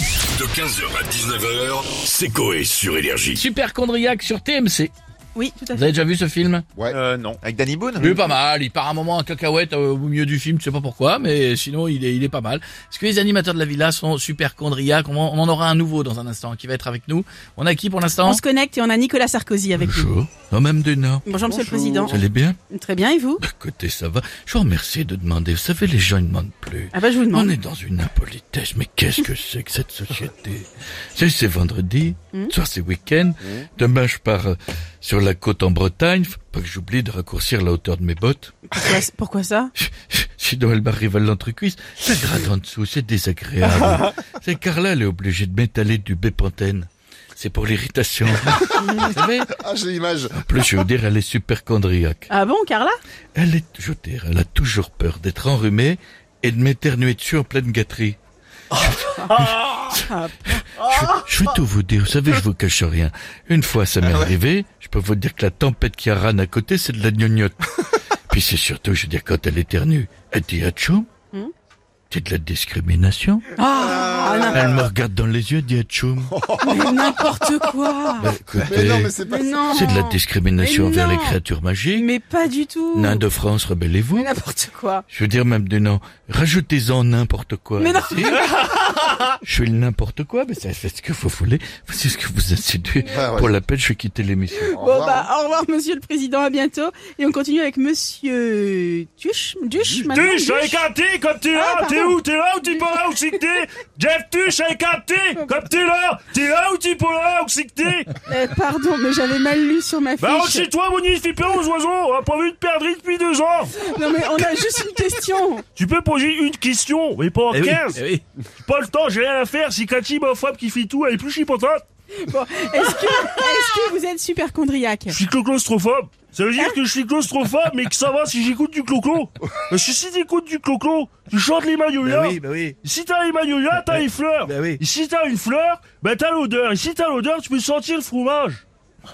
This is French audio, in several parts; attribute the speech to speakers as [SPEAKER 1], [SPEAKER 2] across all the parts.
[SPEAKER 1] De 15h à 19h, c'est Coé sur Énergie.
[SPEAKER 2] Super Chondriac sur TMC.
[SPEAKER 3] Oui, tout à
[SPEAKER 2] Vous
[SPEAKER 3] fait.
[SPEAKER 2] avez déjà vu ce film
[SPEAKER 4] Ouais.
[SPEAKER 5] Euh, non.
[SPEAKER 4] Avec Danny Boone
[SPEAKER 2] Ah, Oui, pas mal. Il part un moment en cacahuète euh, au milieu du film, je sais pas pourquoi, mais sinon il est, il est pas mal. Parce que les animateurs de la villa sont super chondriaques. On, en- on en aura un nouveau dans un instant qui va être avec nous. On a qui pour l'instant
[SPEAKER 3] On se connecte et on a Nicolas Sarkozy avec nous.
[SPEAKER 2] Bonjour. Oh, Madame Dena.
[SPEAKER 3] Bonjour, Monsieur le Président.
[SPEAKER 2] Vous allez bien
[SPEAKER 3] Très bien, et vous
[SPEAKER 2] Bah, Écoutez, ça va. Je vous remercie de demander. Vous savez, les gens ils demandent plus.
[SPEAKER 3] Ah bah je vous
[SPEAKER 2] On
[SPEAKER 3] demande.
[SPEAKER 2] est dans une impolitesse, mais qu'est-ce que c'est que cette société C'est c'est vendredi, soir c'est week-end, demain je pars euh, sur la côte en Bretagne, faut pas que j'oublie de raccourcir la hauteur de mes bottes.
[SPEAKER 3] Pourquoi, pourquoi ça
[SPEAKER 2] Sinon elle m'arrive à l'entrecuisse, ça gratte en dessous, c'est désagréable. c'est Carla, elle est obligée de m'étaler du bépantène. C'est pour l'irritation. Vous savez
[SPEAKER 4] Ah, j'ai l'image.
[SPEAKER 2] En plus, je veux dire, elle est super chondriaque.
[SPEAKER 3] Ah bon, Carla
[SPEAKER 2] Elle est, je veux dire, elle a toujours peur d'être enrhumée et de m'éternuer dessus en pleine gâterie. je, je vais tout vous dire, vous savez, je vous cache rien. Une fois, ça m'est arrivé, je peux vous dire que la tempête qui râne à côté, c'est de la gnognotte. Puis c'est surtout, je veux dire, quand elle éternue, elle dit Atchou, c'est de la discrimination.
[SPEAKER 3] Ah, non,
[SPEAKER 2] Elle me regarde dans les yeux, elle dit Atchoum.
[SPEAKER 3] mais n'importe quoi
[SPEAKER 2] Bah, écoutez,
[SPEAKER 4] Mais non, mais c'est pas
[SPEAKER 3] Mais non
[SPEAKER 2] c'est de la discrimination
[SPEAKER 3] Mais
[SPEAKER 2] envers les
[SPEAKER 3] non.
[SPEAKER 2] créatures magiques.
[SPEAKER 3] Mais pas du tout
[SPEAKER 2] Nains de France, rebellez-vous.
[SPEAKER 3] Mais n'importe quoi
[SPEAKER 2] Je veux dire même des noms. Rajoutez-en n'importe quoi.
[SPEAKER 3] Mais non.
[SPEAKER 2] Si. je suis le n'importe quoi, mais ça fait ce que vous voulez. C'est ce que vous insinuez.
[SPEAKER 4] Ah ouais.
[SPEAKER 2] Pour la peine, je vais quitter l'émission.
[SPEAKER 4] Au
[SPEAKER 3] Bon
[SPEAKER 4] revoir.
[SPEAKER 3] bah au revoir Monsieur le Président, à bientôt Et on continue avec Monsieur... Tuche Duche maintenant
[SPEAKER 5] Tuche avec un T comme tu
[SPEAKER 3] Ah,
[SPEAKER 5] l'as,
[SPEAKER 3] pardon.
[SPEAKER 5] t'es où, t'es là ou t'es pas là où c'est que t'es Jeff Tuche avec un T comme t'es là, t'es là ou t'es pas là où c'est que t'es
[SPEAKER 3] Euh, Pardon, mais j'avais mal lu sur ma fiche
[SPEAKER 5] Bah rentre chez toi, bonifie pas aux oiseaux, on a pas vu de perdrix depuis deux ans
[SPEAKER 3] Non mais on a juste une question
[SPEAKER 5] Tu peux poser une question, mais pas
[SPEAKER 6] Eh
[SPEAKER 2] Eh
[SPEAKER 5] 15 J'ai Pas le temps, j'ai rien à faire, si Cathy, ma femme qui fait tout, elle est plus chipotante
[SPEAKER 3] Bon, Est-ce que, est que vous êtes super chondriaque
[SPEAKER 5] Je suis claustrophobe. Ça veut dire que je suis claustrophobe, mais que ça va si j'écoute du cloco. Parce que si t'écoutes du cloco, tu chantes les magnolia.
[SPEAKER 6] bah oui,
[SPEAKER 5] Si t'as les magnolias, t'as les fleurs.
[SPEAKER 6] bah oui.
[SPEAKER 5] Et si t'as une fleur, bah t'as l'odeur. Et si t'as l'odeur, tu peux sentir le fromage.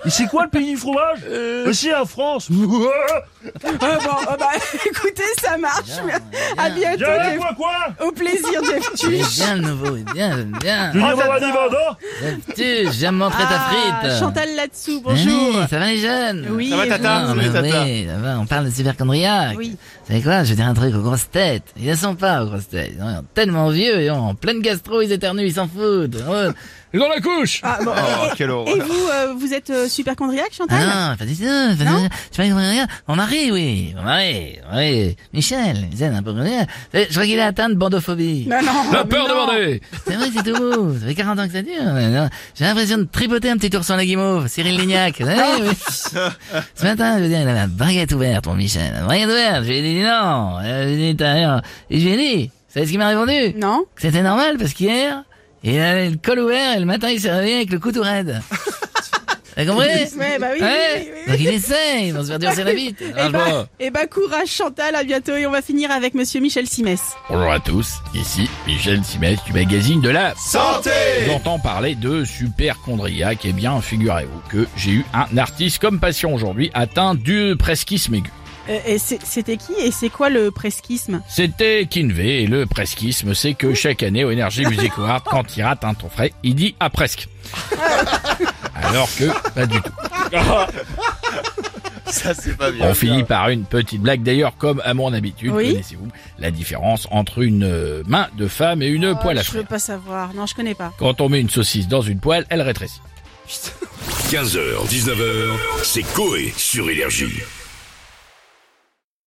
[SPEAKER 5] Et c'est quoi le pays du fromage
[SPEAKER 6] Euh.
[SPEAKER 5] Bah, C'est la France.
[SPEAKER 3] Ah bon, ah bah, écoutez, ça marche. à bientôt,
[SPEAKER 5] Y'a la
[SPEAKER 3] Jeff.
[SPEAKER 5] quoi quoi
[SPEAKER 3] Au plaisir, Jeff Tuche.
[SPEAKER 2] Bien le nouveau, bien, bien.
[SPEAKER 6] Ah,
[SPEAKER 5] Je dis
[SPEAKER 2] Tu, j'aime montrer
[SPEAKER 3] Ah, Chantal là-dessous, bonjour.
[SPEAKER 7] Eh Oui, ça va les jeunes
[SPEAKER 3] Oui,
[SPEAKER 6] Ça va, tata
[SPEAKER 7] Ah,
[SPEAKER 6] Oui,
[SPEAKER 7] bah
[SPEAKER 6] tata.
[SPEAKER 7] oui, ça va, on parle de superchondriac.
[SPEAKER 3] Oui.
[SPEAKER 7] Vous savez quoi Je vais dire un truc aux grosses têtes. Ils ne sont pas aux grosses têtes. Ils sont tellement vieux, ils ont en pleine gastro, ils éternuent, ils s'en foutent. Oh.
[SPEAKER 2] Ils ont la couche
[SPEAKER 3] Ah, bon,
[SPEAKER 4] Oh,
[SPEAKER 3] et-
[SPEAKER 4] quelle horreur.
[SPEAKER 3] et vous, euh, vous êtes euh, super chondriaque,
[SPEAKER 7] Ah
[SPEAKER 3] Chantal
[SPEAKER 7] non, pas du tout, pas du
[SPEAKER 3] Non
[SPEAKER 7] tout. Je suis pas chondriac. Mon mari, oui. Mon mari, oui. Michel, Michel, un peu chondriac. Je crois qu'il est atteint de bandophobie.
[SPEAKER 3] Non, non,
[SPEAKER 2] La
[SPEAKER 3] mais
[SPEAKER 2] peur
[SPEAKER 3] non.
[SPEAKER 2] demandée
[SPEAKER 7] C'est vrai, c'est tout mou. Ça fait 40 ans que ça dure. mais non. J'ai l'impression de tripoter un petit ours en la guimauve. Cyril Lignac. Vous savez, oui. Ce matin, je veux dire, il avait la braguette ouverte, mon Michel. La braguette ouverte. Je lui ai dit non. Euh, Je lui ai dit, t'as rien. Et je lui ai dit, vous savez ce qu'il m'a répondu?
[SPEAKER 3] Non
[SPEAKER 7] Que C'était normal parce qu'hier, il avait le col ouvert et le matin, il s'est réveillé avec le couteau raide. T'as compris?
[SPEAKER 3] Ouais, bah oui, oui, oui, oui.
[SPEAKER 7] Donc il essaye. Ils vont se faire durcir la bite. Ah,
[SPEAKER 3] Eh bah, eh bah, courage, Chantal, à bientôt. Et on va finir avec monsieur Michel Simès.
[SPEAKER 8] Bonjour à tous, ici Michel Simès du magazine de la
[SPEAKER 4] Santé
[SPEAKER 8] J'entends parler de superchondriaque. Eh bien, figurez-vous que j'ai eu un artiste comme patient aujourd'hui atteint du presquisme aigu.
[SPEAKER 3] Euh, et c'est- c'était qui et c'est quoi le presquisme
[SPEAKER 8] C'était Kinvey et le presquisme, c'est que chaque année au Energy Music Award, quand il rate un ton frais, il dit à presque. Alors que pas du tout.
[SPEAKER 4] Ça, c'est pas bien.
[SPEAKER 8] On finit par une petite blague d'ailleurs, comme à mon habitude.
[SPEAKER 3] Oui.
[SPEAKER 8] Connaissez-vous la différence entre une euh, main de femme et une
[SPEAKER 3] Oh,
[SPEAKER 8] poêle à
[SPEAKER 3] Je veux
[SPEAKER 8] frire
[SPEAKER 3] pas savoir. Non, je connais pas.
[SPEAKER 8] Quand on met une saucisse dans une poêle, elle rétrécit.
[SPEAKER 1] 15h, 19h, c'est Coé sur Énergie.